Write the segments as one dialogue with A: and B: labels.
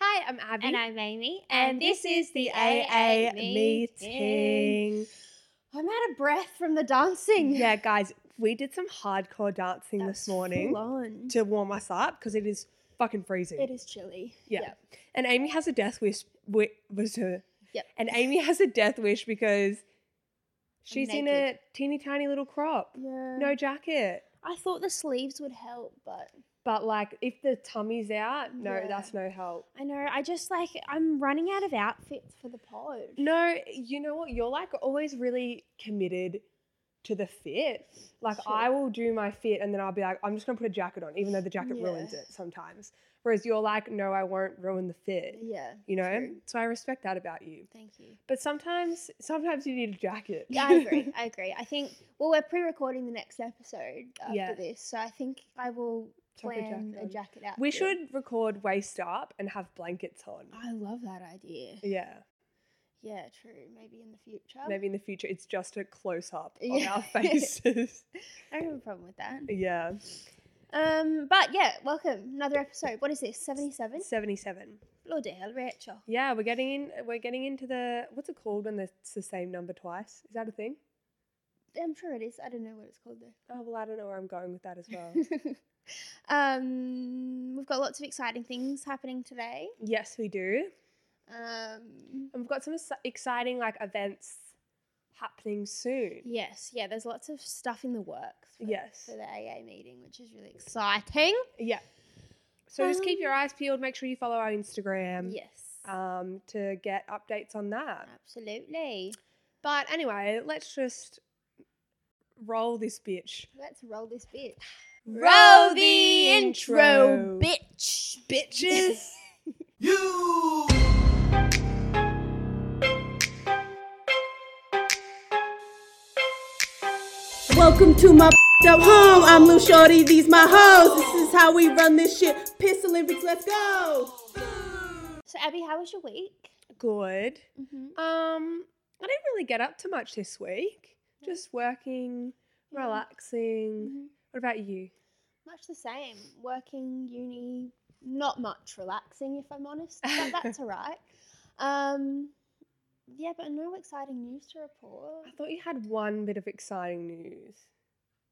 A: Hi, I'm Abby.
B: And I'm Amy.
A: And this is the AA meeting. I'm out of breath from the dancing.
C: Yeah, guys, we did some hardcore dancing
A: That
C: this
A: was
C: morning
A: full on.
C: to warm us up because it is fucking freezing.
A: It is chilly.
C: Yeah. And Amy has a death wish. Wi- was her.
A: Yep.
C: And Amy has a death wish because she's in
B: naked.
C: a teeny tiny little crop,
A: Yeah.
C: no jacket.
A: I thought the sleeves would help, but
C: But like, if the tummy's out, no,
A: Yeah.
C: that's no help.
A: I know. I just like I'm running out of outfits for the pod.
C: No, you know what? You're like always really committed to the fit. Like
A: Sure.
C: I will do my fit and then I'll be like, I'm just gonna put a jacket on, even though the jacket
A: Yeah.
C: ruins it sometimes. Whereas you're like, no, I won't ruin the fit.
A: Yeah.
C: You know?
A: true.
C: So I respect that about you.
A: Thank you.
C: But sometimes sometimes you need a jacket.
A: Yeah, I agree. I agree. I think. Well, we're pre-recording the next episode after
C: Yeah.
A: this, so I think I will
C: Chuck a
A: plan
C: jacket
A: a
C: on.
A: jacket out.
C: we should record waist up and have blankets on.
A: I love that idea.
C: Yeah.
A: Yeah, true. Maybe in the future.
C: Maybe in the future it's just a close up of
A: Yeah.
C: our faces.
A: I don't have a problem with that.
C: yeah.
A: Um, but yeah, welcome another episode. What is this? Seventy-seven.
C: Seventy seven.
A: Bloody hell, Rachel.
C: Yeah, we're getting in. We're getting into the what's it called when it's the same number twice? Is that a thing?
A: I'm sure it is. I don't know what it's called though.
C: Oh well, I don't know where I'm going with that as well.
A: um, we've got lots of exciting things happening today.
C: yes, we do.
A: Um,
C: And we've got some ex- exciting like events happening soon.
A: yes, yeah. There's lots of stuff in the works. For,
C: Yes.
A: For the AA meeting, which is really exciting.
C: Yeah. So just keep your eyes peeled. Make sure you follow our Instagram.
A: yes.
C: Um, to get updates on that.
A: absolutely.
C: But anyway, let's just roll this bitch.
A: Let's roll this bitch.
C: Roll the intro.
A: bitch.
C: Bitches.
D: Welcome to my up home. I'm Lou Shorty. These my hoes. This is how we run this shit. Piss Olympics. Let's go.
A: So Abby, how was your week?
C: Good.
A: Mm-hmm.
C: Um, I didn't really get up to much this week. Just working, relaxing. What about you?
A: Much the same. Working uni, not much relaxing, if I'm honest, but that's all right. Um, yeah, but no exciting news to report,
C: I thought you had one bit of exciting news.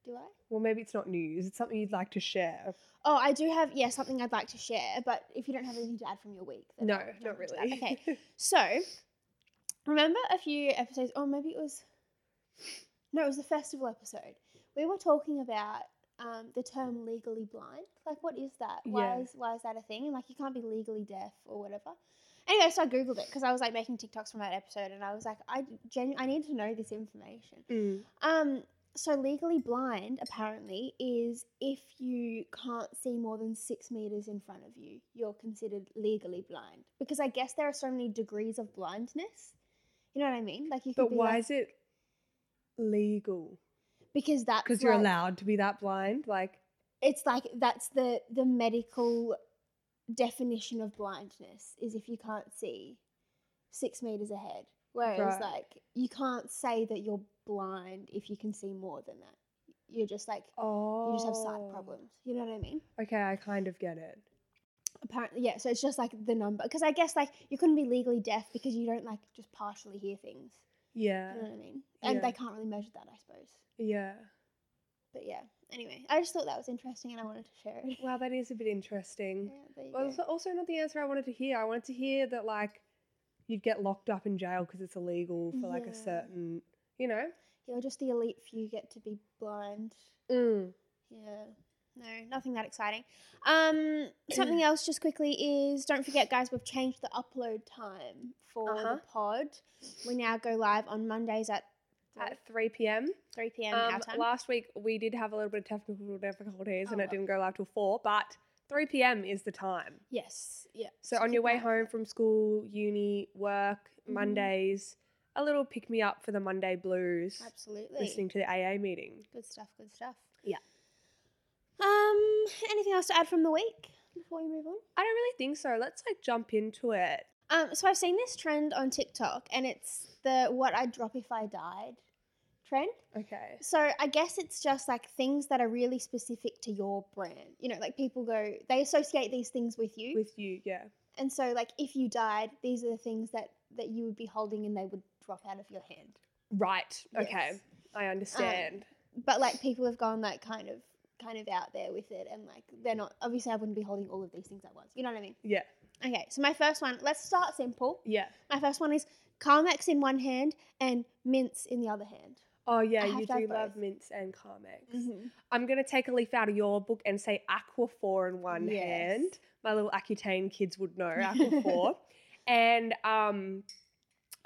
A: do I?
C: Well, maybe it's not news. It's something you'd like to share.
A: Oh, I do have, yeah, something I'd like to share, but if you don't have anything to add from your week, then
C: No,
A: I'll jump
C: not
A: into that.
C: really.
A: Okay, so remember a few episodes, or maybe it was, no, it was the festival episode. We were talking about um, the term legally blind. Like, what is that? Why
C: Yeah.
A: is why is that a thing? And like, you can't be legally deaf or whatever. Anyway, so I googled it because I was like making TikToks from that episode, and I was like, I genu- I need to know this information.
C: Mm.
A: Um, so legally blind apparently is if you can't see more than six meters in front of you, you're considered legally blind. Because I guess there are so many degrees of blindness. You know what I mean? Like you could
C: But
A: be
C: why
A: like-
C: is it legal?
A: because that's
C: Because you're
A: like-
C: allowed to be that blind. Like,
A: It's like that's the the medical definition of blindness is if you can't see six meters ahead.
C: Right.
A: Whereas like you can't say that you're blind if you can see more than that. You're just like
C: oh,
A: you just have sight problems. You know what I mean?
C: Okay, I kind of get it.
A: Apparently, yeah. So it's just like the number, because I guess like you couldn't be legally deaf because you don't like just partially hear things.
C: Yeah,
A: You know what I mean? And
C: yeah.
A: they can't really measure that, I suppose.
C: yeah.
A: But yeah. Anyway, I just thought that was interesting, and I wanted to share it.
C: Wow, that is a bit interesting.
A: Yeah, there you
C: Well, it's
A: go.
C: also not the answer I wanted to hear. I wanted to hear that like you'd get locked up in jail because it's illegal for like
A: Yeah.
C: a certain, you know.
A: You're just the elite few get to be blind.
C: Mm.
A: Yeah. No, nothing that exciting. Um, something else just quickly is don't forget, guys, we've changed the upload time for
C: Uh-huh.
A: the pod. We now go live on Mondays at
C: at 3 p.m.
A: 3 p.m.
C: Um,
A: our time.
C: last week we did have a little bit of technical difficulties and
A: Oh,
C: it didn't go live till 4, but 3 p.m. is the time.
A: yes. Yeah.
C: So on your
A: keep
C: way
A: an eye out for
C: home
A: that.
C: from school, uni, work,
A: Mhm.
C: Mondays, a little pick me up for the Monday blues.
A: Absolutely.
C: Listening to the AA meeting.
A: Good stuff. Good stuff.
C: Yeah.
A: Um. Anything else to add from the week before we move on?
C: I don't really think so. Let's like jump into it.
A: Um. So I've seen this trend on TikTok, and it's the "What I'd drop if I died" trend.
C: Okay.
A: So I guess it's just like things that are really specific to your brand. You know, like people go, they associate these things with you,
C: With you, yeah.
A: and so like if you died, these are the things that that you would be holding, and they would drop out of your hand.
C: Right. Okay.
A: Yes.
C: I understand.
A: But like people have gone like kind of kind of out there with it, and like they're not. Obviously, I wouldn't be holding all of these things at once. You know what I mean?
C: yeah.
A: Okay. So my first one. Let's start simple.
C: Yeah.
A: My first one is Carmex in one hand and mints in the other hand.
C: Oh yeah,
A: I have
C: you
A: to have
C: do love
A: both. Mm-hmm.
C: mints and Carmex. I'm gonna take a leaf out of your book and say Aquaphor in one
A: Yes.
C: hand. My little Aquitaine kids would know Aquaphor, and um,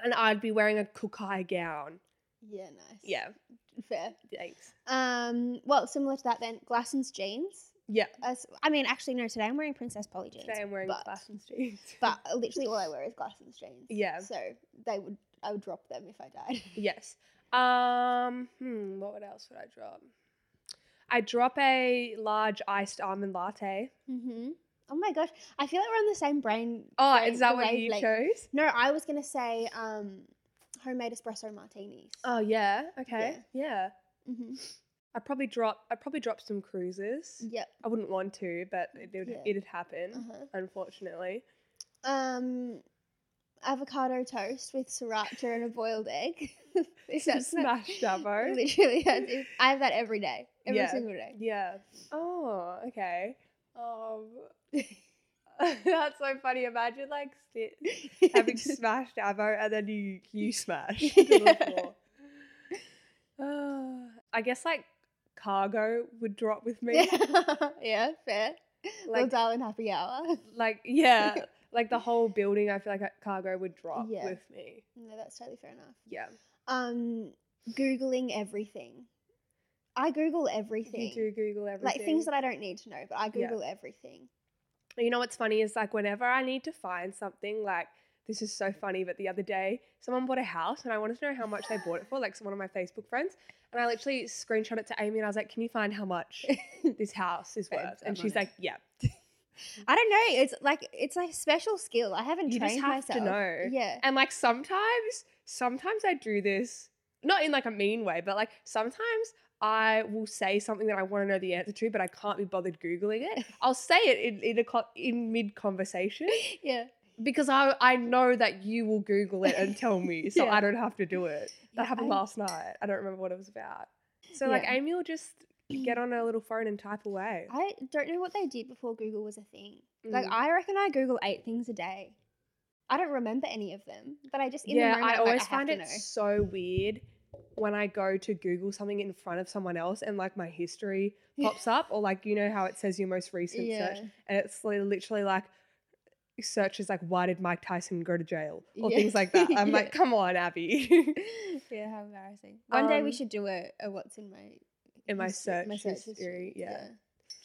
C: and I'd be wearing a kukai gown.
A: Yeah. Nice.
C: Yeah,
A: Fair.
C: thanks.
A: Um, well, similar to that then, Glasson's jeans.
C: Yeah,
A: As, I mean, actually, no, today I'm wearing Princess Polly jeans.
C: today I'm wearing
A: but,
C: Glasson's jeans.
A: But literally all I wear is Glasson's jeans.
C: Yeah.
A: So they would, I would drop them if I died.
C: yes. Um, hmm, what would- else would I drop? I drop a large iced almond latte.
A: mm-hmm. Oh my gosh. I feel like we're on the same brain.
C: Oh,
A: brain-
C: is that
A: the
C: what you
A: wavelength.
C: chose?
A: No, I was going to say um, homemade espresso martinis.
C: Oh yeah. Okay. yeah.
A: hmm
C: I'd probably drop. I'd probably drop some cruises.
A: Yep.
C: I wouldn't want to, but it would,
A: Yeah.
C: it'd happen.
A: Uh-huh.
C: Unfortunately,
A: Um, avocado toast with sriracha and a boiled egg. If
C: some
A: that's not-
C: smashed avo.
A: Literally, that's, if, I have that every day. Every
C: Yeah.
A: single day.
C: yeah. Oh, okay. Um, that's so funny. Imagine like sit, having smashed avo and then you you smash to the
A: Yeah.
C: floor. Ah, I guess like cargo would drop with me.
A: yeah, fair. Little
C: Like
A: darling happy hour.
C: like yeah, like the whole building. I feel like cargo would drop
A: Yeah.
C: with me.
A: No, that's totally fair enough.
C: Yeah.
A: Um, googling everything. I Google everything.
C: You do Google everything.
A: Like things that I don't need to know, but I
C: Yeah.
A: Google everything.
C: You know what's funny is like whenever I need to find something, like this is so funny, but the other day someone bought a house and I wanted to know how much they bought it for, like one of my Facebook friends. And I literally screenshot it to Amy and I was like, Can you find how much this house is
A: Babes,
C: worth? And
A: I'm
C: she's
A: on it.
C: like, Yeah.
A: I don't know. It's like it's a special skill. I haven't
C: Mm-hmm. You just
A: trained
C: have to
A: myself.
C: know.
A: Yeah.
C: And like sometimes, sometimes I do this, not in like a mean way, but like sometimes I will say something that I want to know the answer to, but I can't be bothered Googling it. I'll say it in, in, a co- in mid conversation.
A: yeah.
C: because I I know that you will Google it and tell me, so
A: Yeah.
C: I don't have to do it. That
A: Yeah,
C: happened
A: I-
C: last night. I don't remember what it was about. So like
A: Yeah.
C: Amy will just get on her little phone and type away.
A: I don't know what they did before Google was a thing. Like
C: Mm.
A: I reckon I Google eight things a day. I don't remember any of them, but I just in
C: yeah,
A: the moment,
C: I
A: I'm
C: always
A: like, I
C: find
A: have
C: it
A: to know.
C: so weird when I go to Google something in front of someone else and like my history
A: Yeah.
C: pops up, or like you know how it says your most recent
A: yeah.
C: search, and it's li- literally like searches like why did Mike Tyson go to jail or
A: Yeah.
C: things like that. I'm
A: Yeah.
C: like, come on, Abby.
A: yeah, how embarrassing. One day we
C: Um,
A: should do a, a what's in my
C: in my
A: histo-
C: search history, yeah.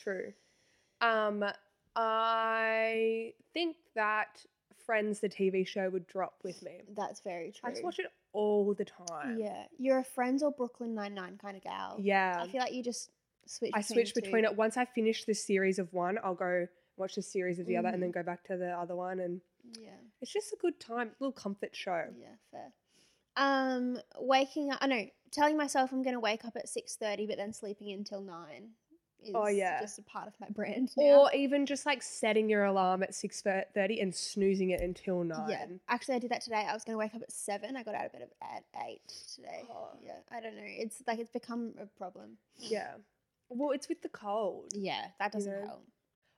C: True. Um, I think that Friends, the TV show, would drop with me.
A: That's very true.
C: I just watch it all the time.
A: Yeah. You're a Friends or Brooklyn Nine Nine kind of gal.
C: Yeah.
A: I feel like you just switch.
C: I switch
A: the
C: between
A: two.
C: it. Once I finish the series of one, I'll go watch the series of the
A: Mm.
C: other and then go back to the other one. And
A: Yeah.
C: it's just a good time, little comfort show.
A: Yeah. Fair. Um, waking up. I know. Telling myself I'm gonna wake up at six thirty, but then sleeping until nine. Is
C: Oh, yeah.
A: Just a part of my brand. now.
C: Or even just like setting your alarm at 6.30 and snoozing it until 9.
A: Yeah. Actually, I did that today. I was going to wake up at seven. I got out of bed at eight today.
C: Oh.
A: Yeah. I don't know. It's like it's become a problem.
C: Yeah. Well, it's with the cold.
A: Yeah. That doesn't
C: know?
A: help.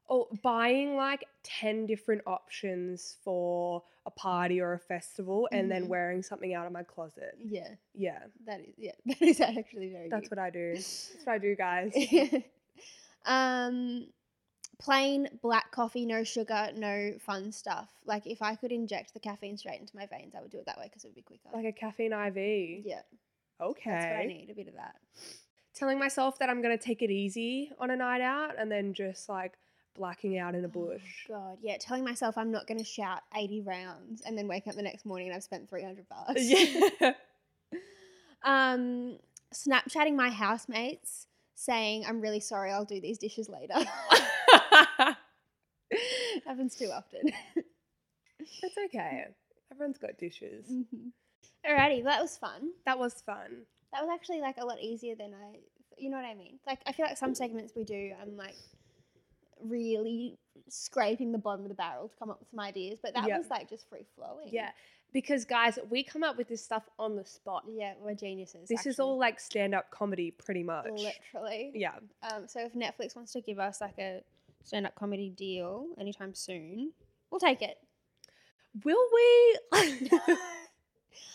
C: Oh, buying like 10 different options for a party or a festival and
A: Mhm.
C: then wearing something out of my closet.
A: Yeah.
C: Yeah,
A: That is. Yeah. That is actually very.
C: that's
A: you.
C: what I do. That's what I do, guys.
A: um, plain black coffee, no sugar, no fun stuff. Like if I could inject the caffeine straight into my veins, I would do it that way because it would be quicker.
C: like a caffeine IV.
A: yeah.
C: Okay.
A: That's what I need a bit of that.
C: Telling myself that I'm going to take it easy on a night out and then just like blacking out in a bush.
A: God, yeah, telling myself I'm not going to shout 80 rounds and then wake up the next morning and I've spent 300 bucks.
C: yeah.
A: Um, Snapchatting my housemates saying, I'm really sorry, I'll do these dishes later. Happens too often.
C: it's okay. Everyone's got dishes.
A: Mhm. Alrighty, that was fun.
C: Mm, That was fun.
A: That was actually like a lot easier than I, you know what I mean? Like, I feel like some segments we do, I'm like really scraping the bottom of the barrel to come up with some ideas, but that
C: Yeah.
A: was like just free flowing.
C: Yeah. Because guys, we come up with this stuff on the spot.
A: Yeah, we're geniuses.
C: This is
A: actually.
C: all like stand up comedy pretty much.
A: Literally.
C: Yeah.
A: Um, so if Netflix wants to give us like a stand up comedy deal anytime soon, we'll take it.
C: Will we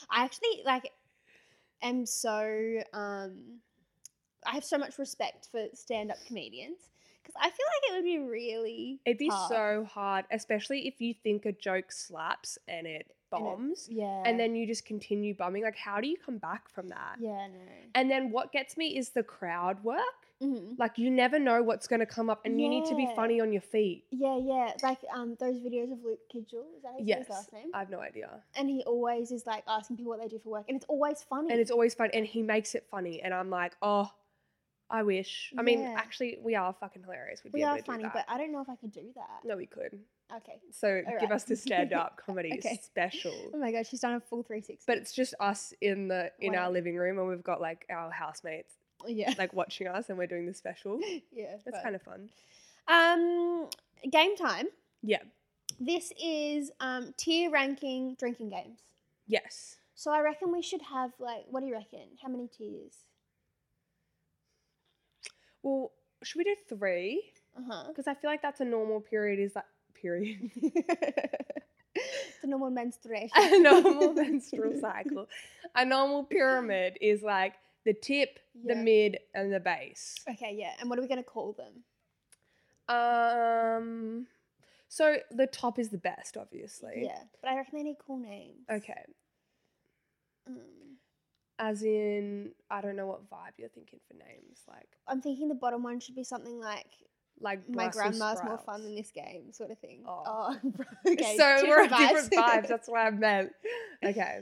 A: I actually like am so um I have so much respect for stand up comedians because I feel like it would be really
C: It'd be
A: tough.
C: so hard, especially if you think a joke slaps and it bombs
A: yeah
C: and then you just continue bombing. Like, how do you come back from that?
A: yeah
C: And then what gets me is the crowd work.
A: no Mhm.
C: Like, you never know what's going to come up and you need to be
A: Yeah.
C: funny on your feet.
A: yeah yeah like um those videos of Luke Kidgel is that his
C: Yes.
A: last name
C: I have no idea.
A: and he always is like asking people what they do for work and it's always funny
C: And it's always fun. And he makes it funny. And I'm like, oh, I wish. I mean,
A: Yeah.
C: actually, we are fucking hilarious. We'd be
A: we
C: able
A: are
C: to do
A: funny
C: that.
A: but I don't know if I could do that
C: No, we could.
A: okay
C: So give
A: right.
C: us the stand up comedy
A: Okay.
C: special.
A: oh my god she's done a full 360
C: But it's just us in the in our
A: Wow.
C: living room, and we've got like our housemates
A: yeah
C: like watching us, and we're doing the special.
A: yeah
C: That's kind of fun.
A: um game time
C: Yeah.
A: This is um, tier ranking drinking games.
C: Yes.
A: So I reckon we should have like, what do you reckon? How many tiers?
C: Well, should we do three?
A: Uh huh.
C: Because I feel like that's a normal period. Is that period?
A: It's a normal menstruation.
C: a normal menstrual cycle. A normal pyramid is like the tip, the
A: Yeah.
C: mid, and the base.
A: Okay, yeah. And what are we gonna call them?
C: Um. So the top is the best, obviously.
A: Yeah, but I reckon they need cool names.
C: Okay.
A: Um,
C: As in, I don't know what vibe you're thinking for names like.
A: I'm thinking the bottom one should be something like
C: like
A: "My
C: Brussels
A: grandma's more fun
C: sprouts.
A: than this game" sort of thing.
C: Oh.
A: okay.
C: so we're on
A: different
C: different vibes. That's what I meant. Okay.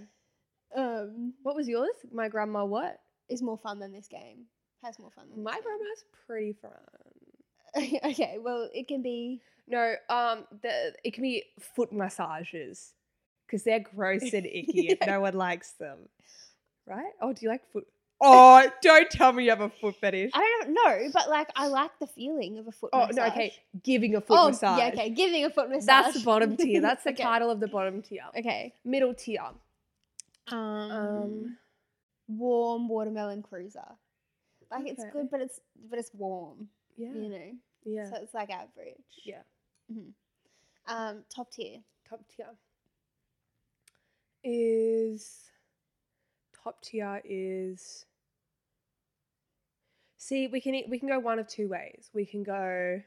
A: um,
C: What was yours? My grandma what?
A: is more fun than this game. Has more fun. Than
C: My
A: this game.
C: grandma's pretty fun.
A: okay, well, it can be.
C: No, um, the it can be foot massages because they're gross and icky and no one likes them, right? Oh, do you like foot? Oh, don't tell me you have a foot fetish.
A: I don't know, but like I like the feeling of a foot.
C: Oh
A: massage.
C: no, okay, giving a foot
A: oh,
C: massage.
A: yeah, okay, giving a foot massage.
C: That's the bottom tier. That's the
A: Okay.
C: title of the bottom tier.
A: Okay.
C: Middle tier.
A: Um,
C: Um,
A: warm watermelon cruiser. Like it's
C: Okay.
A: good, but it's but it's warm,
C: yeah,
A: you know.
C: yeah,
A: So it's like average.
C: yeah.
A: Um, top tier.
C: top tier is top tier is see we can e- we can go one of two ways we can go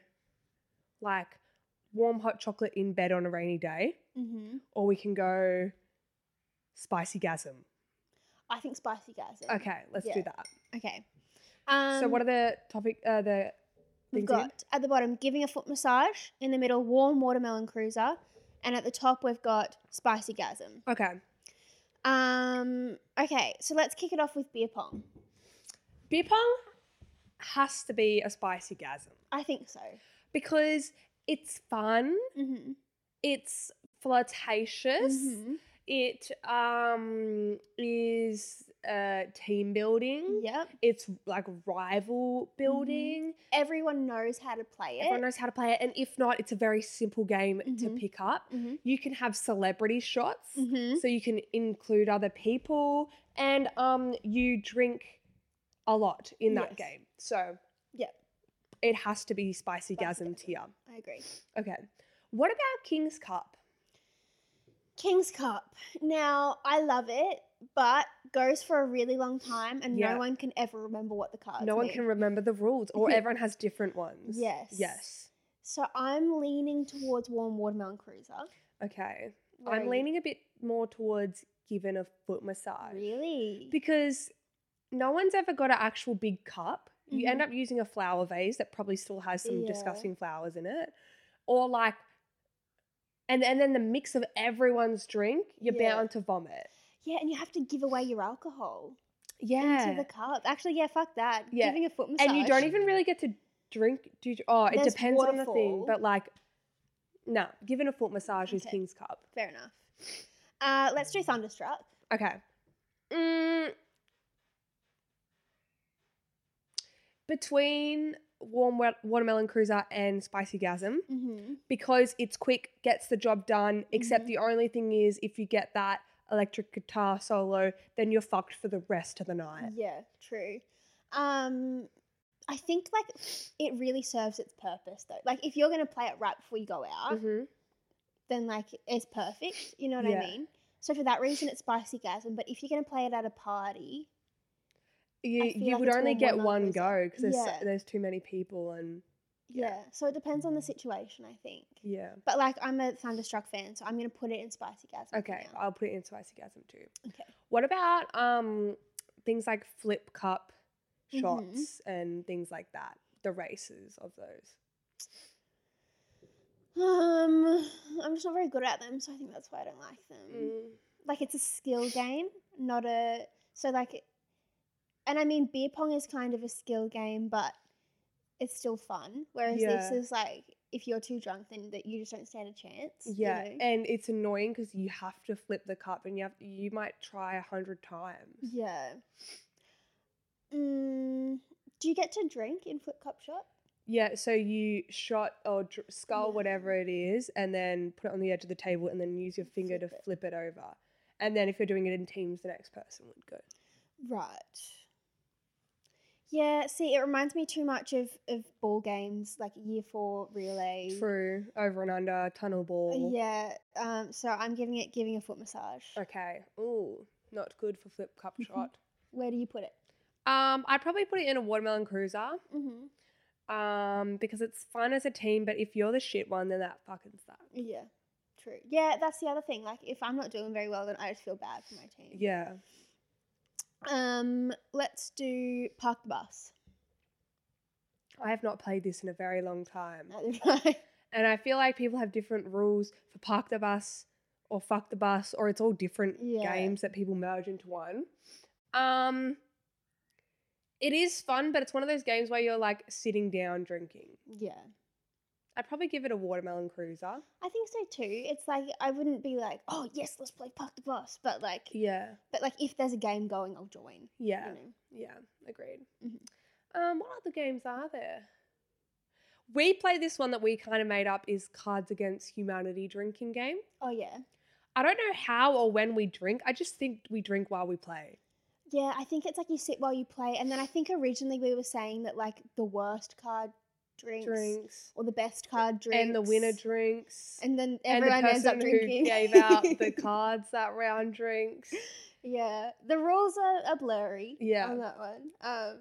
C: like warm hot chocolate in bed on a rainy day
A: Mm-hmm.
C: or we can go spicy gasm
A: I think spicy gasm.
C: okay let's do
A: Yeah.
C: that
A: Okay. Um,
C: so what are the topic uh the
A: we've
C: things again?
A: got at the bottom giving a foot massage. In the middle, warm watermelon cruiser, and at the top we've got spicy gasm.
C: okay
A: Um, okay, so let's kick it off with beer pong.
C: beer pong has to be a spicy gasm
A: I think so.
C: because it's fun
A: Mm-hmm.
C: it's flirtatious.
A: Mhm.
C: It um is uh, team building.
A: Yep.
C: It's like rival building.
A: Everyone knows how to play it.
C: Everyone knows how to play it, and if not, it's a very simple game to
A: Mhm.
C: pick up.
A: Mhm.
C: You can have celebrity shots,
A: Mhm.
C: so you can include other people, and um, you drink a lot in that
A: Yes.
C: game. So
A: Yep.
C: it has to be spicy
A: Spicy
C: gasm
A: gasm.
C: tier.
A: I agree.
C: Okay, what about King's Cup?
A: King's Cup. Now, I love it, but goes for a really long time and
C: Yeah.
A: no one can ever remember what the cards
C: no one
A: mean.
C: can remember the rules, or
A: Yeah.
C: everyone has different ones.
A: Yes.
C: Yes.
A: So I'm leaning towards Warm Watermelon Cruiser.
C: Okay.
A: Where are
C: I'm
A: you?
C: leaning a bit more towards given a foot massage
A: Really?
C: because no one's ever got an actual big cup. You end up using a flower vase that probably still has some
A: Mm-hmm. Yeah.
C: disgusting flowers in it, or like, and and then the mix of everyone's drink, you're
A: Yeah.
C: bound to vomit.
A: Yeah, and you have to give away your alcohol
C: Yeah,
A: into the cup. Actually, yeah, fuck that.
C: Yeah.
A: Giving a foot massage.
C: and you don't even really get to drink. Do you, oh, it
A: There's
C: depends on the thing,
A: waterfall.
C: but like, no, given a foot massage is
A: Okay.
C: king's cup.
A: Fair enough. Uh, let's do Thunderstruck.
C: Okay. Mm. Between warm wa- watermelon cruiser and spicy gasm
A: Mm-hmm.
C: because it's quick, gets the job done. Except the only thing is, if you get that electric guitar solo, then you're fucked for the rest of the night.
A: Yeah, true. Um, I think like it really serves its purpose though. Like if you're gonna play it right before you go out,
C: Mhm.
A: then like it's perfect. You know what
C: Yeah.
A: I mean? So for that reason, it's spicy gasm. But if you're gonna play it at a party,
C: You,
A: feel
C: you
A: like
C: would
A: it's
C: only
A: warm
C: get
A: watermelon
C: one
A: cruiser.
C: go because there's, so-
A: Yeah.
C: there's too many people and
A: yeah. Mm-hmm. So it depends on the situation, I think.
C: yeah.
A: But like I'm a Thunderstruck fan, so I'm gonna put it in spicy gasm. for
C: Okay,
A: now.
C: I'll put it in spicy gasm too.
A: Okay.
C: What about um things like flip cup
A: Mhm.
C: shots and things like that? The races of those.
A: Um, I'm just not very good at them, so I think that's why I don't like them. like it's a skill game, not a so like and I mean beer pong is kind of a skill game, but it's still fun. Whereas
C: Yeah.
A: this is like if you're too drunk then that you just don't stand a chance. you
C: Yeah,
A: know?
C: and it's annoying because you have to flip the cup, and you have you might try a hundred times.
A: Yeah. Mm, do you get to drink in flip cup shot?
C: Yeah, so you shot or dr- skull
A: Yeah.
C: whatever it is, and then put it on the edge of the table, and then use your finger
A: Flip
C: to
A: it.
C: flip it over. And then if you're doing it in teams, the next person would go.
A: Right. Yeah, see, it reminds me too much of, of ball games like year four relay.
C: True, over and under, tunnel ball.
A: Yeah, um, so I'm giving it giving a foot massage.
C: Okay. Ooh, not good for flip cup
A: Mm-hmm.
C: shot.
A: Where do you put it?
C: Um, I'd probably put it in a watermelon cruiser.
A: Mm-hmm.
C: Um, because it's fun as a team, but if you're the shit one, then that fucking sucks.
A: Yeah, true. Yeah, that's the other thing. Like, if I'm not doing very well, then I just feel bad for my team.
C: Yeah.
A: Um, let's do park the bus.
C: I have not played this in a very long time.
A: Oh. Right.
C: And I feel like people have different rules for park the bus or fuck the bus, or it's all different
A: Yeah.
C: games that people merge into one. Um it is fun, but it's one of those games where you're like sitting down drinking.
A: yeah,
C: I'd probably give it a watermelon cruiser.
A: I think so too. It's like I wouldn't be like, oh yes, let's play park the bus, but like,
C: Yeah.
A: but like if there's a game going, I'll join.
C: Yeah.
A: You know.
C: Yeah, agreed.
A: Mhm.
C: Um, what other games are there? We play this one that we kind of made up is Cards Against Humanity drinking game.
A: Oh yeah,
C: I don't know how or when we drink. I just think we drink while we play.
A: yeah. I think it's like you sit while you play, and then I think originally we were saying that like the worst card drinks,
C: Drinks.
A: or the best card drinks,
C: And the winner drinks.
A: and then
C: and the
A: everyone ends up
C: person who
A: drinking.
C: gave out the cards that round drinks.
A: Yeah, the rules are, are blurry
C: Yeah.
A: on that one. Um,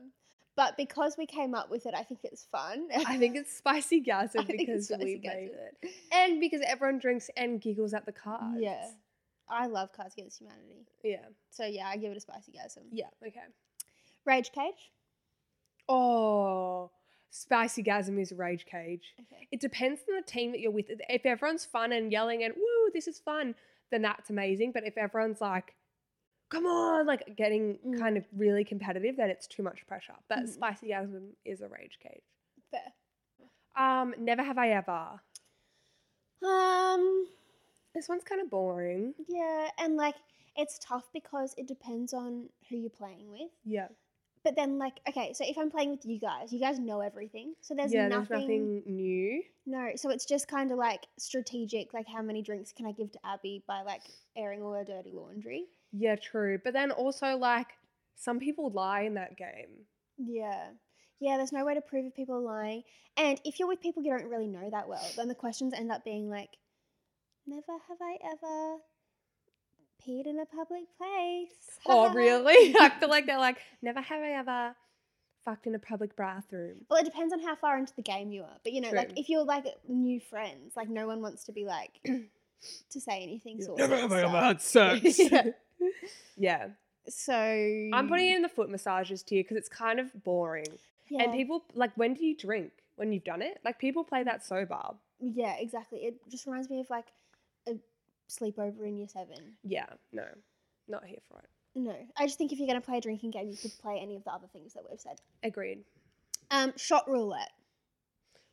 A: but because we came up with it, I think it's fun.
C: I think it's spicy
A: I
C: gasm
A: think
C: because
A: it's
C: we
A: spicy
C: made
A: gasm.
C: it. And because everyone drinks and giggles at the cards.
A: yeah, I love Cards Against Humanity.
C: Yeah.
A: So yeah, I give it a spicy gasm.
C: Yeah. Okay.
A: Rage Cage.
C: Oh, spicy gasm is rage cage.
A: Okay.
C: It depends on the team that you're with. If everyone's fun and yelling and woo, this is fun, then that's amazing. But if everyone's like, come on, like getting kind of really competitive, then it's too much pressure. But
A: Mm.
C: spicy gasm is a rage cage.
A: Fair.
C: Um, never have I ever.
A: Um,
C: This one's kind of boring.
A: yeah, and like it's tough because it depends on who you're playing with.
C: Yeah.
A: But then like okay, so if I'm playing with you guys, you guys know everything. So there's
C: yeah,
A: nothing,
C: there's nothing new.
A: No, so it's just kind of like strategic, like how many drinks can I give to Abby by like airing all her dirty laundry.
C: Yeah, true. But then also like some people lie in that game.
A: Yeah. Yeah, there's no way to prove if people are lying. And if you're with people you don't really know that well, then the questions end up being like, never have I ever peed in a public place.
C: Oh, really? I feel like they're like, never have I ever fucked in a public bathroom.
A: well, it depends on how far into the game you are. But you know, like
C: True.
A: if you're like new friends, like no one wants to be like to say anything. sort of stuff.
C: had sex?
A: Yeah. Mm.
C: yeah.
A: So
C: I'm putting it in the foot massages tier because it's kind of boring.
A: yeah,
C: And people like when do you drink when you've done it? Like people play that sober.
A: yeah, exactly. It just reminds me of like a sleepover in year seven.
C: Yeah, no, not here for it.
A: No, I just think if you're going to play a drinking game, you could play any of the other things that we've said.
C: Agreed.
A: Um, shot roulette.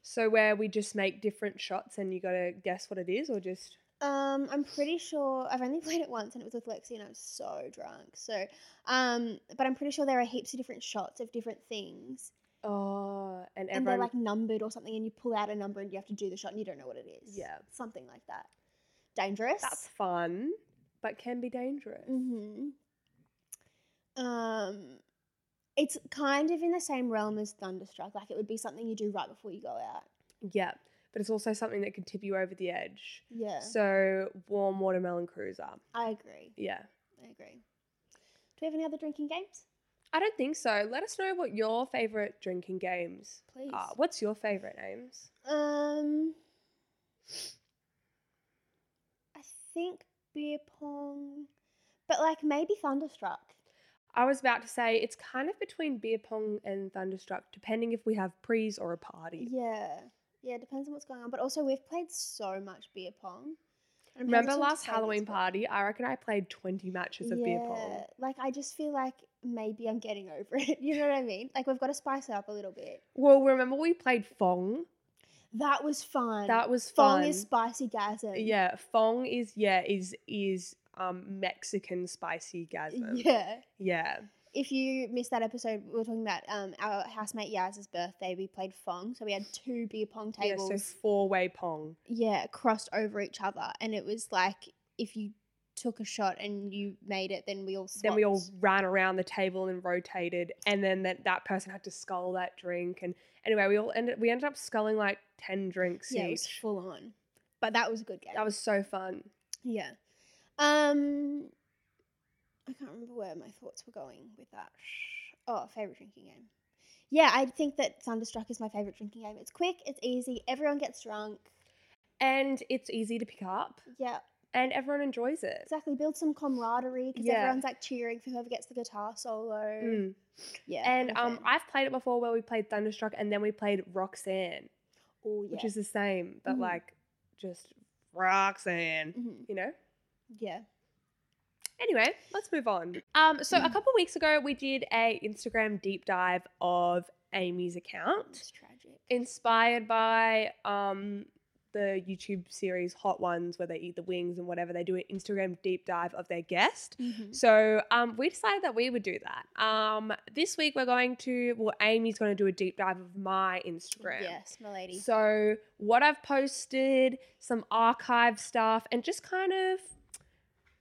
C: So where we just make different shots and you gotta guess what it is, or just
A: Um, I'm pretty sure I've only played it once, and it was with Lexi, and I was so drunk. So, um, but I'm pretty sure there are heaps of different shots of different things,
C: oh, and
A: and they're
C: everyone.
A: like numbered or something, and you pull out a number and you have to do the shot, and you don't know what it is.
C: Yeah.
A: something like that. Dangerous.
C: that's fun, but can be dangerous.
A: Mm-hmm. Um, it's kind of in the same realm as Thunderstruck. Like it would be something you do right before you go out.
C: Yeah, but it's also something that can tip you over the edge.
A: Yeah,
C: So warm watermelon cruiser.
A: I agree.
C: Yeah.
A: I agree. Do we have any other drinking games?
C: I don't think so. Let us know what your favorite drinking games
A: Please.
C: are. What's your favorite names?
A: Ah, Um, I think beer pong, but like maybe Thunderstruck.
C: I was about to say it's kind of between beer pong and thunderstruck, depending if we have prees or a party.
A: Yeah, yeah. Depends on what's going on. But also, we've played so much beer pong. I'm
C: Remember
A: hesitant to
C: last
A: say this,
C: Halloween
A: but-
C: party? I reckon I played twenty matches of beer pong.
A: Yeah, Like I just feel like maybe I'm getting over it. You know what I mean? Like we've got to spice it up a little bit.
C: Well, remember we played Fong?
A: That was fun.
C: That was
A: fun.
C: fun.
A: is spicy gasm.
C: Yeah, Fong is yeah is is um Mexican spicy gasm.
A: Yeah.
C: yeah.
A: If you missed that episode, we were talking about um, our housemate Yaz's birthday. We played Fong, so we had two beer pong
C: Yeah,
A: tables.
C: so four way pong.
A: yeah, crossed over each other, and it was like if you took a shot and you made it, then we all swapped.
C: Then we all ran around the table and rotated, and then that, that person had to scull that drink. And anyway, we all ended we ended up sculling like ten drinks
A: yeah, it was
C: each.
A: full on. But that was a good game.
C: That was so fun.
A: yeah. Um, I can't remember where my thoughts were going with that. Oh, favorite drinking game. Yeah, I think that Thunderstruck is my favorite drinking game. It's quick, it's easy, everyone gets drunk.
C: And it's easy to pick up,
A: Yeah,
C: and everyone enjoys it.
A: exactly. Build some camaraderie because
C: Yeah.
A: everyone's like cheering for whoever gets the guitar solo.
C: Mm.
A: Yeah,
C: And
A: I'm a
C: um,
A: fan.
C: I've played it before where we played Thunderstruck and then we played Roxanne,
A: oh yeah,
C: which is the same, but
A: Mhm.
C: like just Roxanne,
A: Mhm.
C: you know?
A: yeah.
C: Anyway, let's move on. Um, so
A: Mm.
C: a couple weeks ago, we did a Instagram deep dive of Amy's account,
A: It's tragic.
C: inspired by um, the YouTube series Hot Ones, where they eat the wings and whatever. They do an Instagram deep dive of their guest.
A: Mhm.
C: So um, we decided that we would do that. Um, this week we're going to, well, Amy's going to do a deep dive of my Instagram.
A: Yes, my lady.
C: So what I've posted, some archive stuff, and just kind of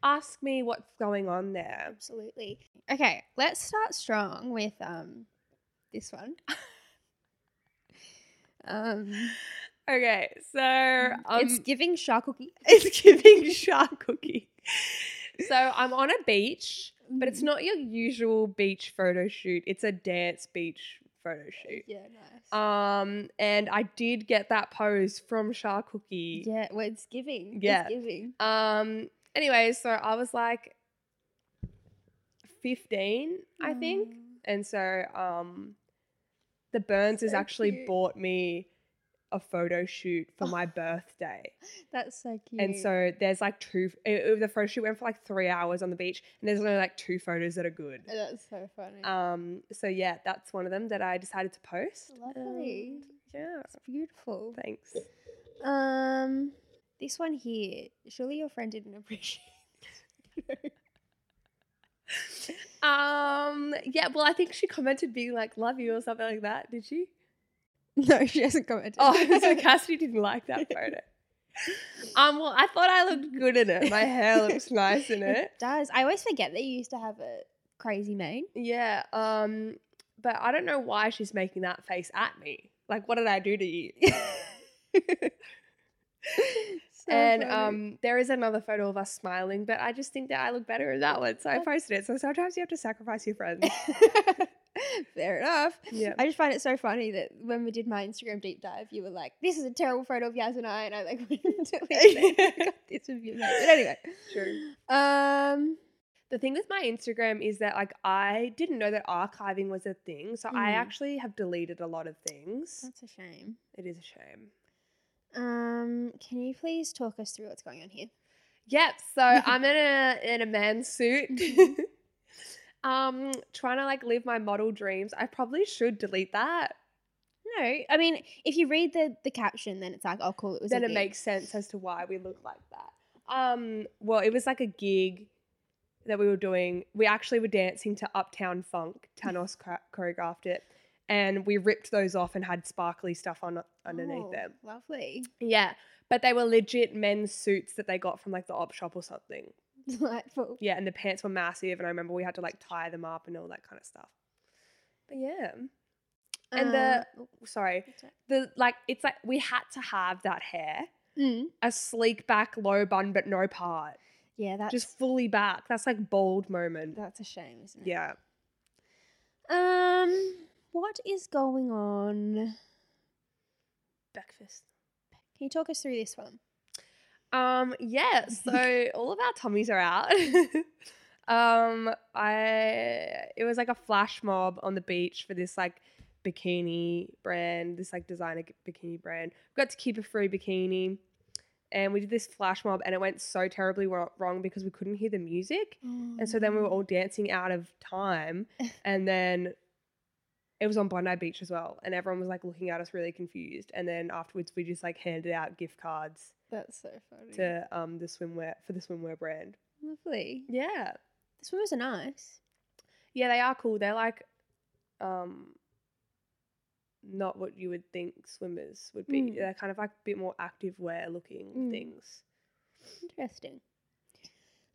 C: ask me what's going on there.
A: Absolutely. Okay, let's start strong with um this one. um,
C: Okay, so um,
A: Mm, it's giving shark cookie.
C: it's giving shark cookie. So I'm on a beach, but
A: Mm-hmm.
C: it's not your usual beach photo shoot. It's a dance beach photo shoot.
A: Yeah, nice.
C: Um, and I did get that pose from Shah Cookie.
A: yeah, well, it's giving.
C: Yeah.
A: It's giving.
C: Um, anyway, so I was like 15, I think. And so, um, the Burns has
A: So
C: actually
A: cute. Oh.
C: bought me a photo shoot for my birthday.
A: That's so cute.
C: And so there's like two, it, it- the photo shoot went for like three hours on the beach, and there's only like two photos that are good.
A: that's so funny.
C: Um, so yeah, that's one of them that I decided to post.
A: Lovely.
C: And yeah,
A: it's beautiful.
C: thanks.
A: Um, this one here. Surely your friend didn't appreciate.
C: Um. Yeah. Well, I think she commented being like "love you" or something like that. Did she?
A: No, she hasn't commented.
C: Oh, so Cassidy didn't like that photo. Um. Well, I thought I looked good in it. My hair looks nice in it.
A: does. I always forget that you used to have a crazy mane.
C: Yeah. Um. But I don't know why she's making that face at me. Like, what did I do to you? and um, there is another photo of us smiling, but I just think that I look better in that one, so I posted it. So sometimes you have to sacrifice your friends.
A: um, Fair enough.
C: Yeah.
A: I just find it so funny that when we did my Instagram deep dive, you were like, "This is a terrible photo of Yaz and I," and I like, "Delete it. I got this of you." mate." But anyway,
C: True.
A: um,
C: the thing with my Instagram is that like I didn't know that archiving was a thing, so I
A: Mm.
C: actually have deleted a lot of things.
A: That's a shame.
C: It is a shame.
A: Um, can you please talk us through what's going on here?
C: Yep. So I'm in a in a man suit.
A: Mhm.
C: um, trying to like live my model dreams. I probably should delete that.
A: No, I mean, if you read the the caption, then it's like, oh, cool, it was. a
C: then it
A: gig.
C: makes sense as to why we look like that. Um, well, it was like a gig that we were doing. We actually were dancing to Uptown Funk. Thanos cho- choreographed it, and we ripped those off and had sparkly stuff on underneath
A: Oh,
C: them.
A: Lovely.
C: Yeah, but they were legit men's suits that they got from like the op shop or something.
A: Delightful.
C: Yeah, and the pants were massive, and I remember we had to like tie them up and all that kind of stuff. But yeah, And the-
A: Uh,
C: sorry.
A: that's right.
C: The like it's like we had to have that hair,
A: Mm,
C: a sleek back, low bun, but no part,
A: yeah, that's
C: just fully back. That's like bold moment.
A: that's a shame, isn't it?
C: Yeah.
A: Um, what is going on? Can
C: Breakfast.
A: you talk us through this one?
C: Um. Yeah. So all of our tummies are out. um. I. It was like a flash mob on the beach for this like bikini brand, this like designer g- bikini brand. We got to keep a free bikini, and we did this flash mob, and it went so terribly wro- wrong because we couldn't hear the music, and so then we were all dancing out of time, and then. It was on Bondi Beach as well, and everyone was like looking at us really confused. And then afterwards, we just like handed out gift cards
A: That's so funny.
C: to um the swimwear for the swimwear brand.
A: Lovely.
C: Yeah.
A: The swimmers are nice.
C: Yeah, they are cool. They're like um not what you would think swimmers would be.
A: Mm.
C: They're kind of like a bit more active wear looking
A: Mm.
C: things.
A: Interesting.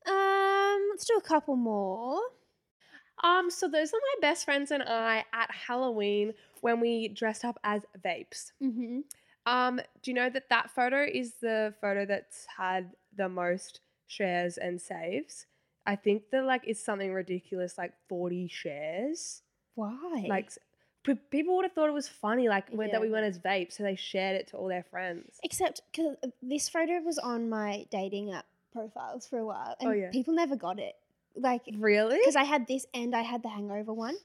A: Um, let's do a couple more.
C: Um, so those are my best friends and I at Halloween when we dressed up as vapes.
A: Mm-hmm.
C: Um, do you know that that photo is the photo that's had the most shares and saves? I think that like it's something ridiculous, like forty shares.
A: Why?
C: like s- pe- people would have thought it was funny like when,
A: Yeah.
C: that we went as vape so they shared it to all their friends
A: Except because this photo was on my dating app profiles for a while, and
C: Oh, yeah.
A: people never got it. Like,
C: really
A: because I had this and I had the hangover one,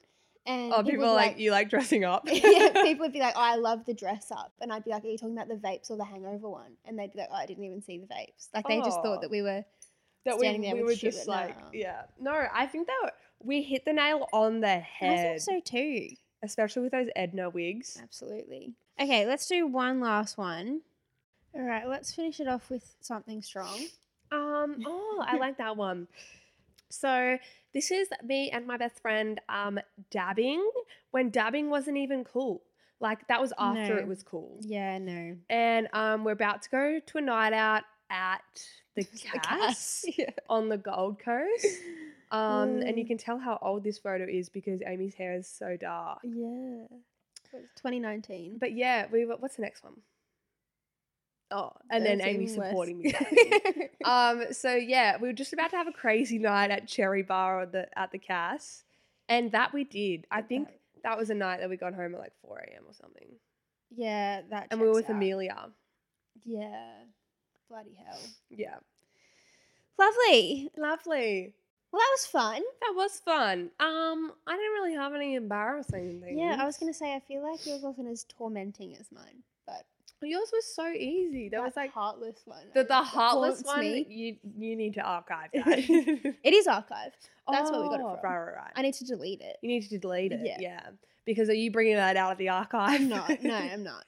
A: and
C: oh people
A: were
C: are like, you like dressing up
A: yeah, people would be like, "Oh, I love the dress up," and I'd be like, "Are you talking about the vapes or the hangover one?" And they'd be like, "Oh, I didn't even see the vapes." Like they just
C: Oh.
A: thought that we were.
C: that we,
A: standing there
C: we
A: with
C: were
A: shit
C: just
A: written
C: like
A: around.
C: yeah no i think that we hit the nail on the
A: I
C: head
A: think so too.
C: especially with those edna wigs
A: Absolutely. Okay, let's do one last one. All right, let's finish it off with something strong.
C: um oh i like that one so this is me and my best friend um dabbing when dabbing wasn't even cool like that was after
A: No.
C: it was cool
A: Yeah, no.
C: and um, we're about to go to a night out at the
A: The
C: Cass on the Gold Coast. Um, and you
A: Mm.
C: can tell how old this photo is because Amy's hair is so dark.
A: Yeah. 2019.
C: But yeah, we were, what's the next one? Oh, and then
A: That's
C: Amy
A: even worse.
C: supporting me. back. um, so yeah, we were just about to have a crazy night at Cherry Bar or the, at the Cass, and that we did. I think that was a night that we got home at like four a.m. or something,
A: yeah, that.
C: and we were
A: checks
C: with
A: out.
C: Amelia.
A: Yeah. Bloody hell.
C: Yeah,
A: Lovely.
C: lovely.
A: Well, that was fun.
C: That was fun. Um, I didn't really have any embarrassing things.
A: Yeah, I was gonna say I feel like yours wasn't as tormenting as mine, but
C: Yours was so easy. That, was like
A: heartless one.
C: the,
A: I-
C: the heartless
A: haunts
C: one.
A: me.
C: You you need to archive that.
A: It is archived. That's what we got it
C: Oh,
A: from.
C: Right, right, right.
A: I need to delete it.
C: you need to delete it. Yeah.
A: Yeah.
C: Because are you bringing that out of the archive?
A: I'm not. No, I'm not.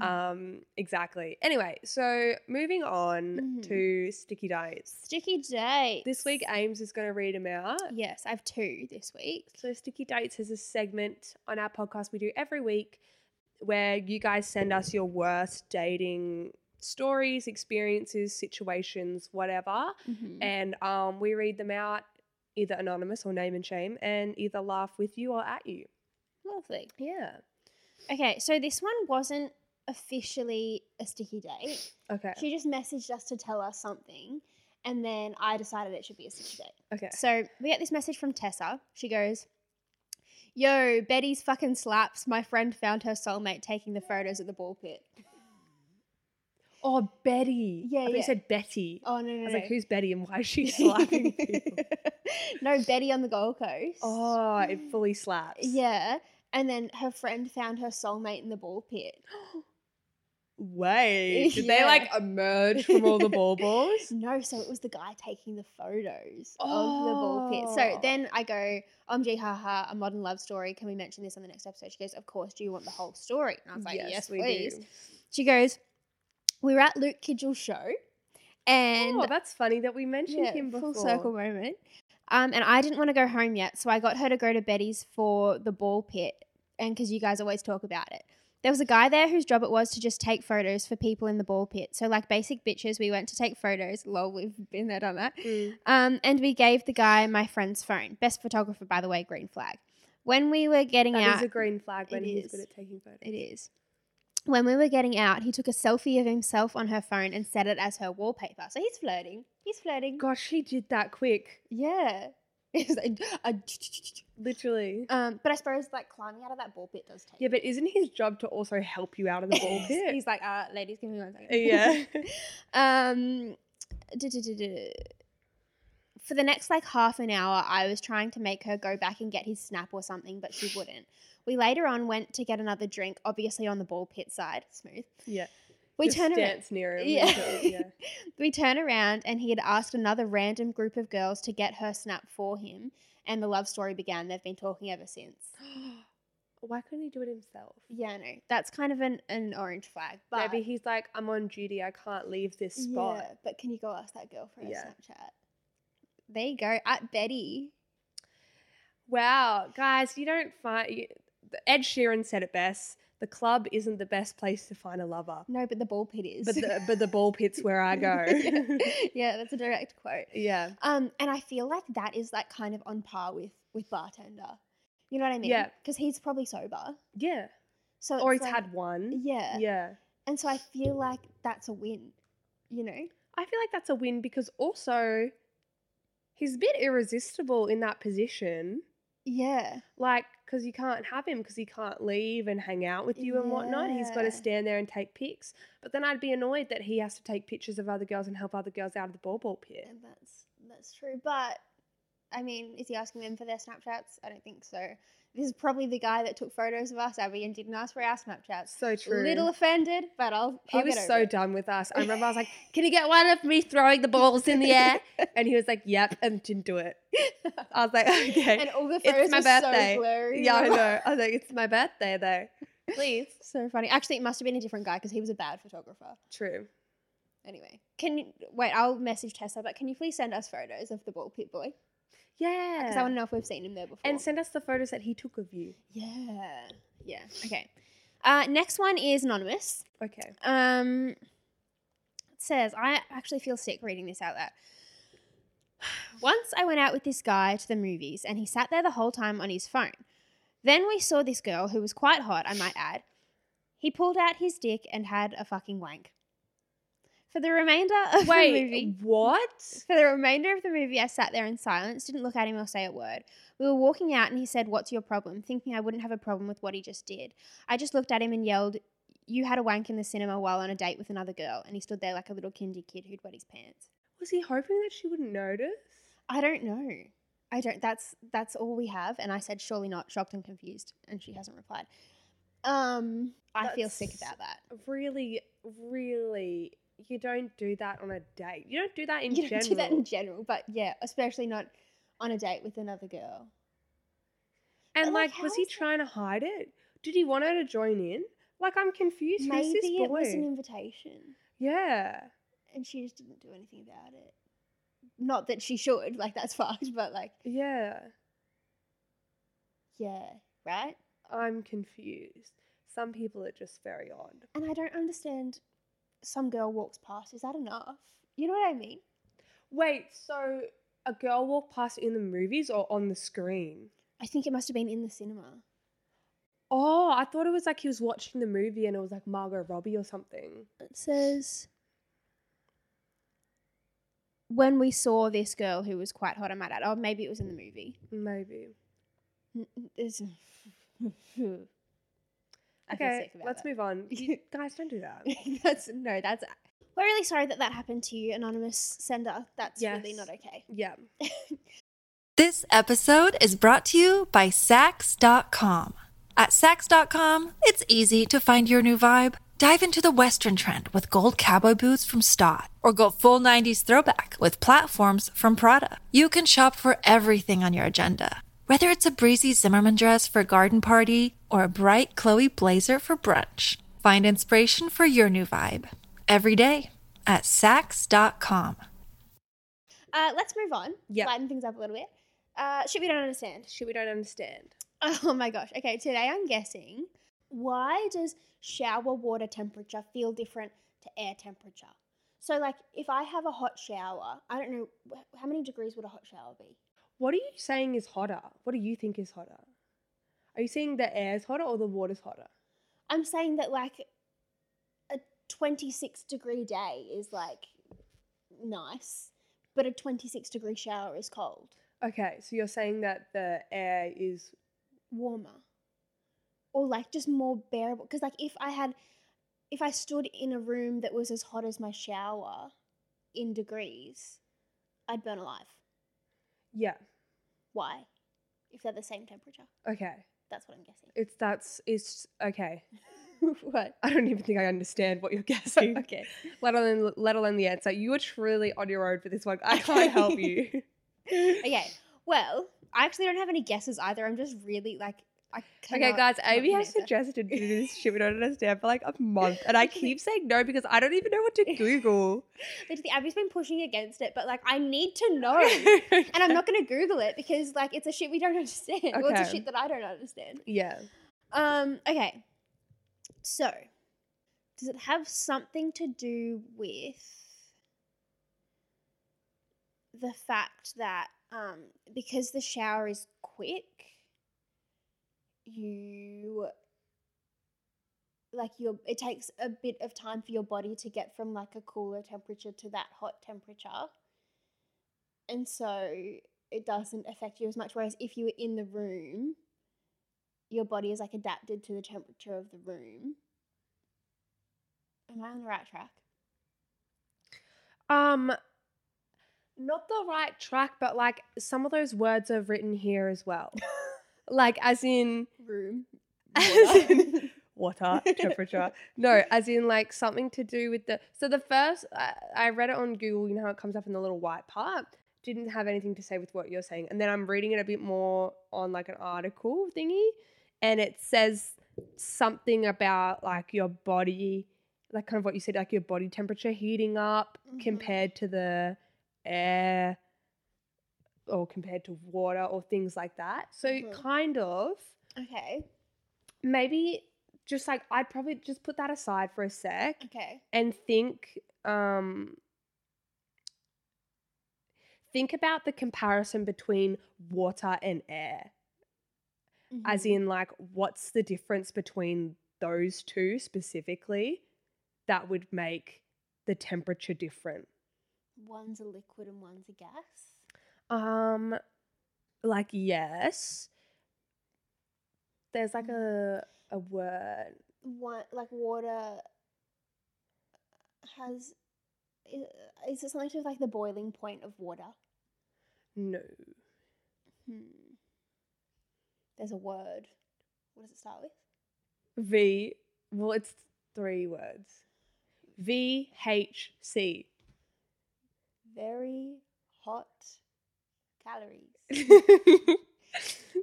C: um. Exactly. Anyway, so moving on
A: Mhm.
C: to sticky dates.
A: Sticky dates.
C: This week, uh, Ames is going to read them out.
A: Yes, I have two this week.
C: So, Sticky Dates is a segment on our podcast we do every week where you guys send us your worst dating stories, experiences, situations, whatever. And um, we read them out either anonymous or name and shame and either laugh with you or at you.
A: Lovely.
C: Yeah.
A: Okay, so this one wasn't officially a sticky date.
C: Okay.
A: She just messaged us to tell us something, and then I decided it should be a sticky date.
C: Okay.
A: So we get this message from Tessa. She goes, Yo, Betty's fucking slaps. My friend found her soulmate taking the photos at the ball pit.
C: Oh, Betty.
A: Yeah,
C: I thought
A: yeah.
C: you said Betty.
A: Oh no, no,
C: I was
A: no.
C: like, who's Betty and why is she slapping people?
A: no, Betty on the Gold Coast.
C: Oh, it fully slaps.
A: Yeah. And then her friend found her soulmate in the ball pit.
C: Wait. Did they
A: Yeah.
C: like emerge from all the baubles?
A: No, so it was the guy taking the photos of the ball pit.
C: Oh.
A: So then I go, OMG, haha, a modern love story. Can we mention this on the next episode? She goes, Of course, do you want the whole story? And I was like, Yes, please.
C: do.
A: She goes, We were at Luke Kidgel's show. And
C: oh, that's funny that we mentioned
A: Yeah,
C: him before.
A: Full circle moment. Um, and I didn't want to go home yet, so I got her to go to Betty's for the ball pit, and because you guys always talk about it. There was a guy there whose job it was to just take photos for people in the ball pit. So, like basic bitches, we went to take photos. Lol, we've been there, done that.
C: Mm.
A: Um, and we gave the guy my friend's phone. Best photographer, by the way, green flag. When we were getting
C: That
A: out,
C: is a green flag when
A: It
C: he's
A: is.
C: good at taking photos.
A: it is. When we were getting out, he took a selfie of himself on her phone and set it as her wallpaper. So he's flirting. He's flirting.
C: Gosh, she did that quick.
A: Yeah. It's like, uh,
C: Literally.
A: um, but I suppose like climbing out of that ball pit does take.
C: Yeah, but isn't his job to also help you out of the ball pit?
A: He's like, uh, ladies, give me one second.
C: yeah.
A: um, duh, duh, duh, duh. for the next like half an hour, I was trying to make her go back and get his snap or something, but she wouldn't. We later on went to get another drink, obviously on the ball pit side. Smooth.
C: Yeah.
A: We
C: Just
A: turn around.
C: dance near him.
A: Yeah.
C: Yeah. yeah.
A: We turn around and he had asked another random group of girls to get her snap for him, and the love story began. They've been talking ever since.
C: Why couldn't he do it himself?
A: Yeah, no, that's kind of an, an orange flag. But
C: Maybe he's like, I'm on duty. I can't leave this spot.
A: Yeah, but can you go ask that girl for her
C: Yeah.
A: Snapchat? There you go, at Betty.
C: Wow, guys, you don't find. You, Ed Sheeran said it best. The club isn't the best place to find a lover,
A: No, but the ball pit is.
C: but the, but the ball pit's where I go.
A: yeah. Yeah, that's a direct quote.
C: yeah.
A: Um, and I feel like that is like kind of on par with with bartender. You know what I mean?
C: Yeah.
A: Because he's probably sober,
C: Yeah.
A: so
C: Or
A: it's
C: he's
A: like-
C: had one.
A: Yeah.
C: Yeah.
A: And so I feel like that's a win. You know?
C: I feel like that's a win because also he's a bit irresistible in that position.
A: Yeah.
C: Like, because you can't have him because he can't leave and hang out with you and whatnot. He's got
A: Yeah.
C: to stand there and take pics. But then I'd be annoyed that he has to take pictures of other girls and help other girls out of the ball ball pit.
A: And that's that's true. But I mean, is he asking them for their Snapchats? I don't think so. This is probably the guy that took photos of us, Abby, and didn't ask for our Snapchats.
C: So true.
A: Little offended, but I'll.
C: He
A: I'll
C: was
A: get
C: so
A: over it.
C: done with us. I remember I was like, "Can you get one of me throwing the balls in the air?" And he was like, "Yep," and didn't do it. I was like, "Okay,
A: And all the
C: It's
A: photos
C: my
A: were
C: birthday.
A: so blurry.
C: yeah, I
A: like-
C: know." I was like, "It's my birthday, though." Please.
A: So funny. Actually, it must have been a different guy because he was a bad photographer.
C: True.
A: Anyway, can you wait? I'll message Tessa, but can you please send us photos of the ball pit boy?
C: Yeah.
A: Because I want to know if we've seen him there before.
C: and send us the photos that he took of you.
A: yeah, yeah. Okay. Uh, next one is anonymous.
C: Okay.
A: Um, it says, I actually feel sick reading this out loud. Once I went out with this guy to the movies, and he sat there the whole time on his phone. Then we saw this girl who was quite hot, I might add. He pulled out his dick and had a fucking wank. For the remainder of the movie,
C: what?
A: for the remainder of the movie, I sat there in silence, didn't look at him or say a word. We were walking out, and he said, What's your problem? thinking I wouldn't have a problem with what he just did. I just looked at him and yelled, You had a wank in the cinema while on a date with another girl. And he stood there like a little kindy kid who'd wet his pants.
C: Was he hoping that she wouldn't notice?
A: I don't know. I don't. That's that's all we have. And I said, Surely not. Shocked and confused. And she hasn't replied. Um, I feel sick
C: That's-
A: about that.
C: Really, really, you don't do that on a date. You don't do that in
A: you don't
C: general.
A: do that in general, but yeah, especially not on a date with another girl.
C: And
A: But,
C: like,
A: like,
C: was
A: how
C: he
A: is that-
C: trying to hide it? Did he want her to join in? Like, I'm confused. Who's
A: Maybe
C: this boy?
A: it was an invitation.
C: yeah.
A: and she just didn't do anything about it. Not that she should, like that's fucked, but like
C: Yeah.
A: yeah, right?
C: I'm confused. Some people are just very odd.
A: And I don't understand some girl walks past, is that enough? You know what I mean?
C: Wait, so a girl walked past in the movies or on the screen?
A: I think it must have been in the cinema.
C: Oh, I thought it was like he was watching the movie and it was like Margot Robbie or something.
A: It says when we saw this girl who was quite hot, I might add. Oh, maybe it was in the movie.
C: Maybe.
A: N- n- it's- I feel
C: Okay,
A: sick about
C: let's
A: it.
C: move on. You guys, don't do that.
A: that's no, that's. We're really sorry that that happened to you, anonymous sender. That's really
C: Yes.
A: not okay.
C: Yeah.
E: This episode is brought to you by Sax.com. At Sax.com, it's easy to find your new vibe. Dive into the Western trend with gold cowboy boots from Stott, or go full 90s throwback with platforms from Prada. You can shop for everything on your agenda. Whether it's a breezy Zimmerman dress for a garden party or a bright Chloe blazer for brunch, find inspiration for your new vibe every day at Sax.com.
A: Uh, let's move on.
C: Yeah.
A: Lighten things up a little bit. Uh, shit we don't understand.
C: Shit, we don't understand.
A: Oh my gosh. Okay, today I'm guessing why does shower water temperature feel different to air temperature? So, like, if I have a hot shower, I don't know wh- how many degrees would a hot shower be?
C: What are you saying is hotter? What do you think is hotter? Are you saying the air's hotter or the water's hotter?
A: I'm saying that, like, a 26 degree day is, like, nice, but a 26 degree shower is cold,
C: Okay, so you're saying that the air is
A: warmer, or, like, just more bearable. Because, like, if I had, if I stood in a room that was as hot as my shower in degrees, I'd burn alive.
C: yeah.
A: Why? If they're the same temperature.
C: Okay,
A: That's what I'm guessing.
C: it's that's it's okay.
A: what?
C: I don't even think I understand what you're guessing.
A: Okay.
C: Let alone let alone the answer. You are truly on your own for this one. I can't help you.
A: Okay. Well, I actually don't have any guesses either. I'm just really like I cannot,
C: Okay, guys,
A: cannot
C: Amy
A: even
C: has
A: answer.
C: suggested to do this shit we don't understand for like a month, and I keep saying no because I don't even know what to Google.
A: Literally, Abby's been pushing against it, but like I need to know. and
C: Oh.
A: I'm not gonna Google it because like it's a shit we don't understand. Well it's a
C: Okay.
A: shit that I don't understand.
C: Yeah.
A: Um, okay. So does it have something to do with the fact that um because the shower is quick you like your it takes a bit of time for your body to get from like a cooler temperature to that hot temperature and so it doesn't affect you as much whereas if you were in the room your body is like adapted to the temperature of the room am i on the right track
C: Um, not the right track, but like some of those words are written here as well. like as in
A: room
C: As
A: water.
C: in- water temperature. no, as in like something to do with the. So the first I, I read it on Google. You know how it comes up in the little white part. Didn't have anything to say with what you're saying, and then I'm reading it a bit more on like an article thingy, and it says something about like your body, like kind of what you said, like your body temperature heating up
A: Mhm.
C: compared to the air or compared to water or things like that. So
A: Mhm.
C: kind of
A: okay
C: maybe just like I'd probably just put that aside for a sec
A: okay
C: and think um think about the comparison between water and air as
A: Mhm.
C: in like what's the difference between those two specifically that would make the temperature different
A: one's a liquid and one's a gas
C: um like yes there's like a a word
A: one like water has i- is it something to do with like the boiling point of water
C: no
A: hmm. there's a word what does it start with
C: V. Well, it's three words. V H C.
A: very hot calories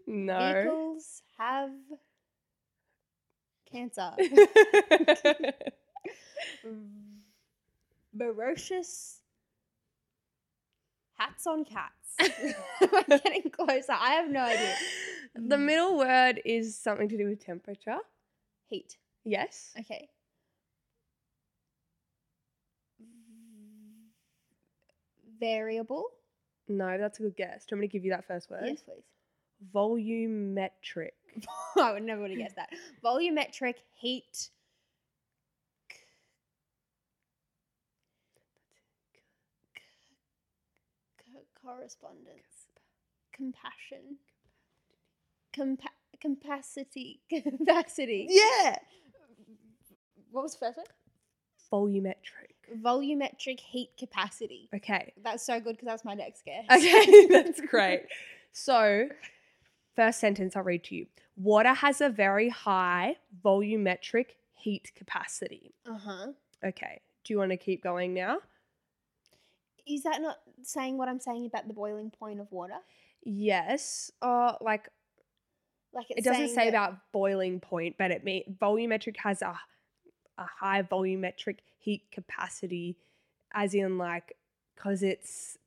C: no.
A: Vehicles have cancer. Ferocious hats on cats. We're getting closer. I have no idea.
C: the middle word is something to do with temperature.
A: Heat.
C: Yes.
A: Okay. Variable.
C: No, that's a good guess. Do you want me to give you that first word?
A: Yes, please.
C: Volumetric.
A: I would never would have guessed that. Volumetric heat. Co- correspondence, compassion, compa- Capacity. Capacity.
D: Yeah.
A: What was the first one?
C: Volumetric.
A: Volumetric heat capacity.
C: Okay.
A: That's so good because that's my next guess.
C: Okay, that's great. So, first sentence I'll read to you. Water has a very high volumetric heat capacity.
A: Uh huh.
C: Okay. Do you want to keep going now?
A: Is that not saying what I'm saying about the boiling point of water?
C: Yes. Uh, like
A: Like it's
C: it doesn't
A: saying
C: say
A: that-
C: about boiling point, but it mean volumetric has a a high volumetric heat capacity, as in like because it's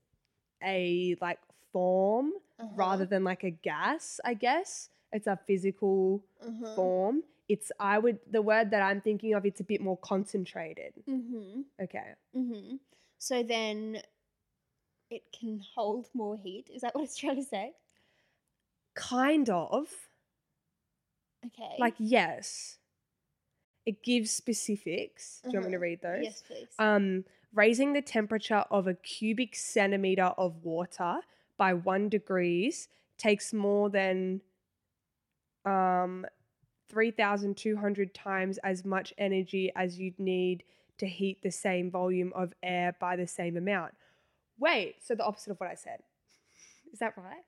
C: a like form
A: Uh-huh,
C: rather than like a gas. I guess it's a physical
A: uh-huh.
C: form. It's I would the word that I'm thinking of. It's a bit more concentrated.
A: Mhm.
C: Okay.
A: Mhm. So then, it can hold more heat. Is that what it's trying to say?
C: Kind of
A: Okay.
C: like yes. It gives specifics. Do you want me to
A: Uh-huh.
C: read those?
A: yes, please.
C: um, raising the temperature of a cubic centimeter of water by one degrees takes more than um, 3,200 times as much energy as you'd need to heat the same volume of air by the same amount. Wait, so the opposite of what I said. Is that right?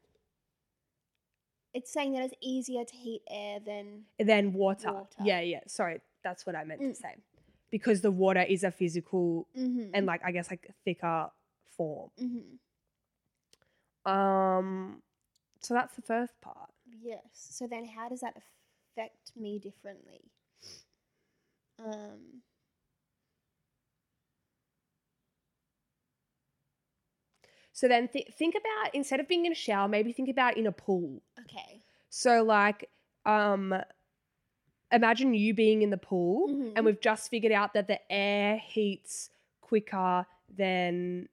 A: it's saying that it's easier to heat air than
C: Then water.
A: Water.
C: Yeah, yeah. Sorry, that's what I meant
A: Mm.
C: to say. Because the water is a physical
A: mm-hmm.
C: and, like, I guess, like thicker form.
A: mm-hmm.
C: Um, so that's the first part.
A: yes. So then, how does that affect me differently? Um.
C: So then th- think about instead of being in a shower, maybe think about in a pool.
A: Okay.
C: So like, um, imagine you being in the pool,
A: Mhm.
C: and we've just figured out that the air heats quicker than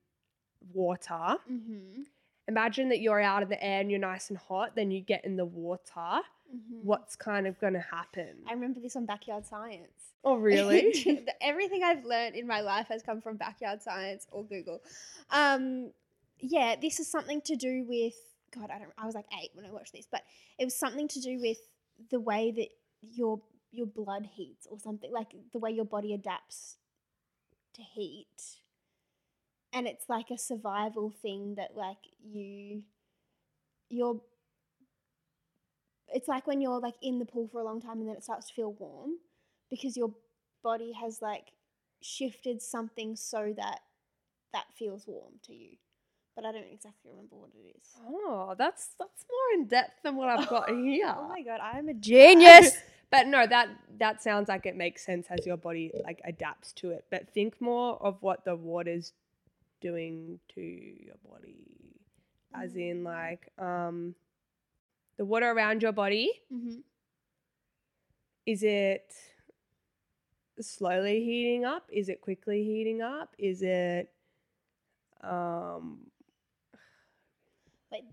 C: water.
A: Mm-hmm.
C: Imagine that you're out in the air and you're nice and hot, then you get in the water.
A: mm-hmm.
C: What's kind of going to happen?
A: I remember this on Backyard Science.
C: oh, really?
A: The- Everything I've learned in my life has come from Backyard Science or Google. Um, yeah, this is something to do with God. I don't. I was like eight when I watched this, but it was something to do with the way that your your blood heats or something like the way your body adapts to heat, and it's like a survival thing that like you your it's like when you're like in the pool for a long time and then it starts to feel warm because your body has like shifted something so that that feels warm to you. But I don't exactly remember what it is.
C: oh, that's that's more in depth than what I've got here.
A: Oh my god, I'm a
C: but no, that that sounds like it makes sense as your body like adapts to it. But think more of what the water's doing to your body, as in like um, the water around your body.
A: hmm
C: Is it slowly heating up? Is it quickly heating up? Is it um,
A: Like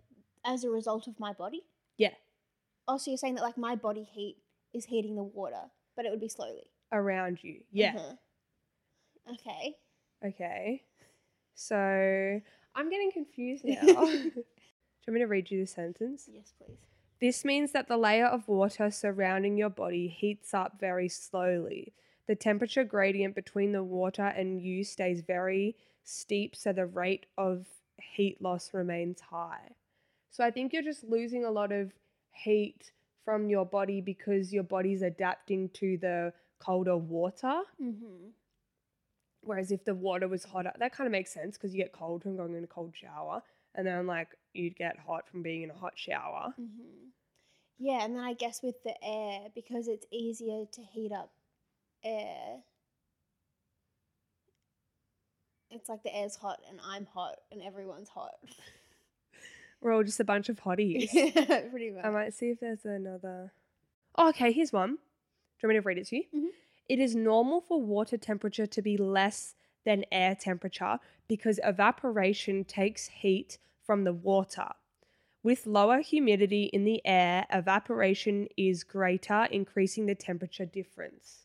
A: as a result of my body.
C: Yeah.
A: Oh, so you're saying that like my body heat is heating the water, but it would be slowly.
C: around you? Yeah.
A: Uh-huh. Okay.
C: Okay. So I'm getting confused now. Do you want me to read you the sentence?
A: Yes, please.
C: This means that the layer of water surrounding your body heats up very slowly. The temperature gradient between the water and you stays very steep, so the rate of heat loss remains high. So I think you're just losing a lot of heat from your body because your body's adapting to the colder water.
A: Mm-hmm.
C: Whereas if the water was hotter, that kind of makes sense because you get cold from going in a cold shower, and then like you'd get hot from being in a hot shower.
A: Mm-hmm. Yeah, and then I guess with the air, because it's easier to heat up air, it's like the air's hot and I'm hot and everyone's hot.
C: We're all just a bunch of hotties.
A: Pretty much.
C: I might see if there's another. Oh, okay, here's one. Do you want me to read it to you?
A: Mhm.
C: It is normal for water temperature to be less than air temperature because evaporation takes heat from the water. With lower humidity in the air, evaporation is greater, increasing the temperature difference.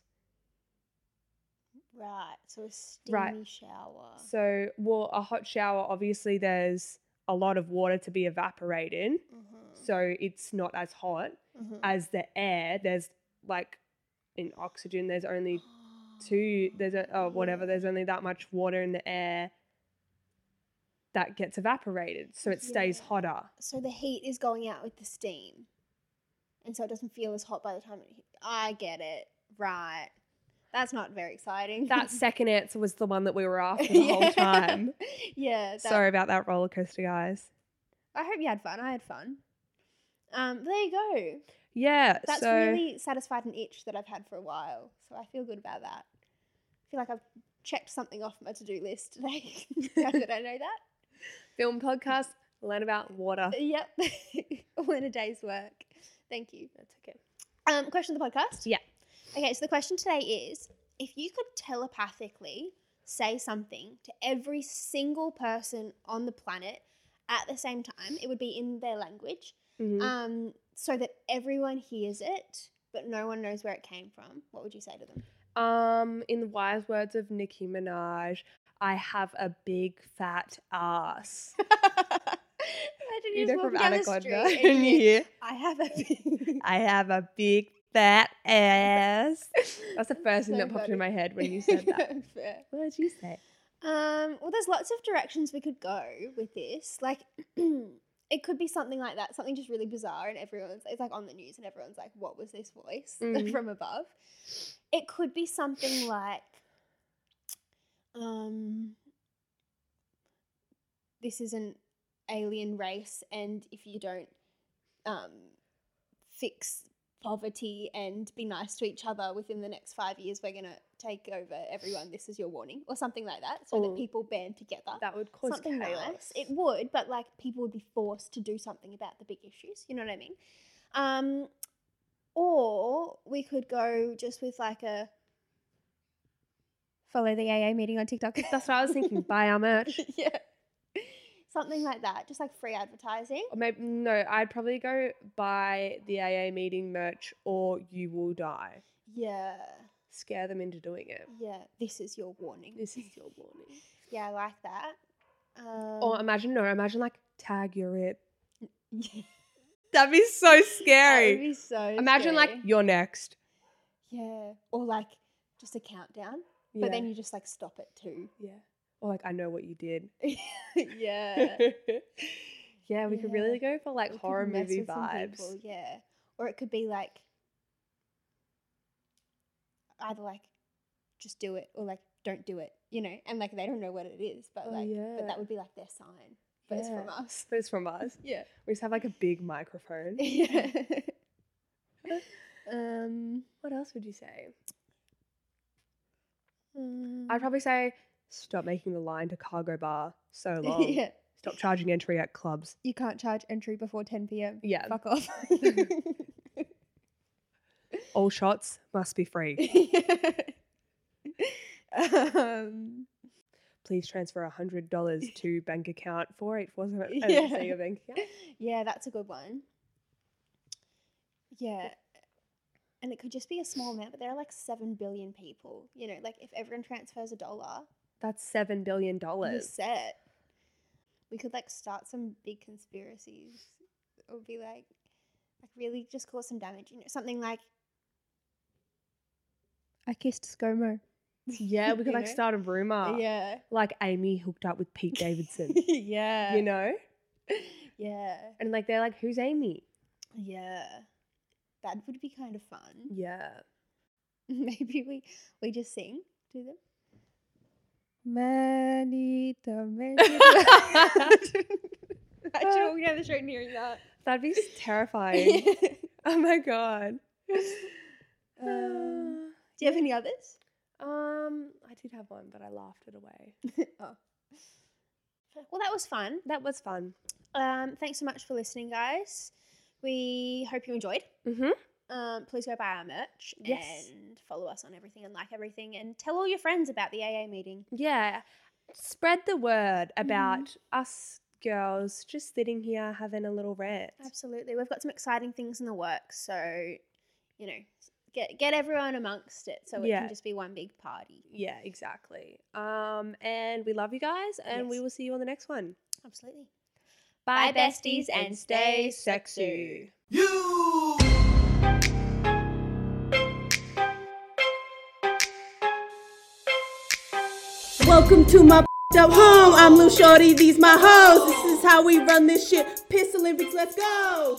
A: right, so a steamy
C: Right.
A: shower.
C: So, well, a hot shower, obviously, there's a lot of water to be evaporated,
A: Mhm.
C: so it's not as hot.
A: mm-hmm.
C: as the air, there's like in oxygen, there's only two, there's a, oh, whatever, there's only that much water in the air that gets evaporated. So it stays
A: Yeah.
C: hotter.
A: So the heat is going out with the steam, and so it doesn't feel as hot by the time it. hit- I get it. Right. That's not very exciting.
C: That second answer was the one that we were after the whole
A: Yeah.
C: time.
A: yeah. That,
C: Sorry about that roller coaster, guys.
A: I hope you had fun. I had fun. Um, there you go.
C: Yeah.
A: That's
C: so
A: really satisfied an itch that I've had for a while. So I feel good about that. I feel like I've checked something off my to do list today. now that I know that.
C: film podcast, learn about water.
A: Yep. All in a day's work. Thank you.
C: That's okay.
A: Um, question of the podcast?
C: Yeah.
A: Okay, so the question today is if you could telepathically say something to every single person on the planet at the same time, it would be in their language,
C: Mhm.
A: um, so that everyone hears it, but no one knows where it came from, what would you say to them?
C: Um, in the wise words of Nicki Minaj, I have a big fat ass.
A: Imagine you, just walking down the street and you,
C: hear,
A: I have a big.
C: I have a big fat ass. That's the first thing
A: So
C: that popped
A: funny.
C: into my head when you said that.
A: Fair.
C: what did you say?
A: Um, well, there's lots of directions we could go with this. Like, it could be something like that, something just really bizarre, and everyone's it's like on the news, and everyone's like, "What was this voice
C: Mhm.
A: from above?" It could be something like, um, "This is an alien race, and if you don't um, fix poverty and be nice to each other within the next five years, we're gonna take over everyone. This is your warning, or something like that, so
C: Ooh.
A: that people band together."
C: That would cause
A: something
C: chaos.
A: nice. It would, but like people would be forced to do something about the big issues. You know what I mean? Um, or we could go just with like a follow the AA meeting on TikTok.
C: That's what I was thinking. Buy our merch.
A: yeah, something like that. Just like free advertising.
C: Or maybe no, I'd probably go buy the AA meeting merch or you will die.
A: Yeah,
C: Scare them into doing it.
A: yeah. This is your warning.
C: This is your warning.
A: yeah, I like that. Um,
C: Or imagine no, imagine like tag your it. That'd be so
A: that
C: scary.
A: would be so.
C: Imagine like
A: scary.
C: you're next.
A: yeah, or like just a countdown, but then you just like stop it too.
C: yeah. Or like I know what you did.
A: yeah.
C: yeah, we could
A: Yeah.
C: really go for like
A: It could
C: horror
A: mess
C: movie
A: with some
C: vibes.
A: people, yeah. Or it could be like either like just do it or like don't do it, you know, and like they don't know what it is, but
C: Oh,
A: like but
C: yeah.
A: that would be like their sign. But it's from
C: Yeah.
A: us.
C: But it's from us.
A: Yeah.
C: We just have like a big microphone.
A: yeah. um,
C: What else would you say?
A: mm,
C: I'd probably say stop making the line to cargo bar so long.
A: yeah.
C: Stop charging entry at clubs.
A: You can't charge entry before ten PM.
C: Yeah.
A: Fuck off.
C: All shots must be free.
A: um
C: Please transfer hundred dollars to bank account four eight four seven. Oh,
A: Yeah.
C: Say your bank account.
A: Yeah, that's a good one. Yeah. And it could just be a small amount, but there are like 7 billion people. You know, like if everyone transfers a dollar,
C: That's seven billion
A: we're
C: dollars.
A: set. We could like start some big conspiracies. It would be like, like really just cause some damage. You know, something like, I kissed ScoMo.
C: Yeah, we could
A: You
C: like
A: know?
C: start a rumor.
A: Yeah.
C: Like Amy hooked up with Pete Davidson.
A: yeah.
C: you know?
A: Yeah.
C: And like they're like, who's Amy?
A: Yeah. That would be kind of fun.
C: Yeah.
A: Maybe we we just sing to them. Manita, manita. Imagine walking down the street and hearing that.
C: That'd be s- terrifying. oh my god.
A: Um, do you have any others?
C: Uh, um, I did have one, but I laughed it away.
A: Oh. Well, that was fun.
C: That was fun.
A: Um, thanks so much for listening, guys. We hope you enjoyed.
C: Mm-hmm.
A: Um, please go buy our merch
C: Yes.
A: and follow us on everything and like everything and tell all your friends about the AA meeting.
C: Yeah. Spread the word about us girls just sitting here having a little rant.
A: Absolutely. We've got some exciting things in the works, so you know, get get everyone amongst it so it
C: Yeah.
A: can just be one big party.
C: Yeah, exactly. Um, and we love you guys, and we
A: Yes.
C: will see you on the next one.
A: Absolutely.
C: Bye,
A: besties, and stay sexy.
D: You. Welcome to my up home. I'm Lou Shorty. These my hoes. This is how we run this shit. Piss Olympics. Let's go.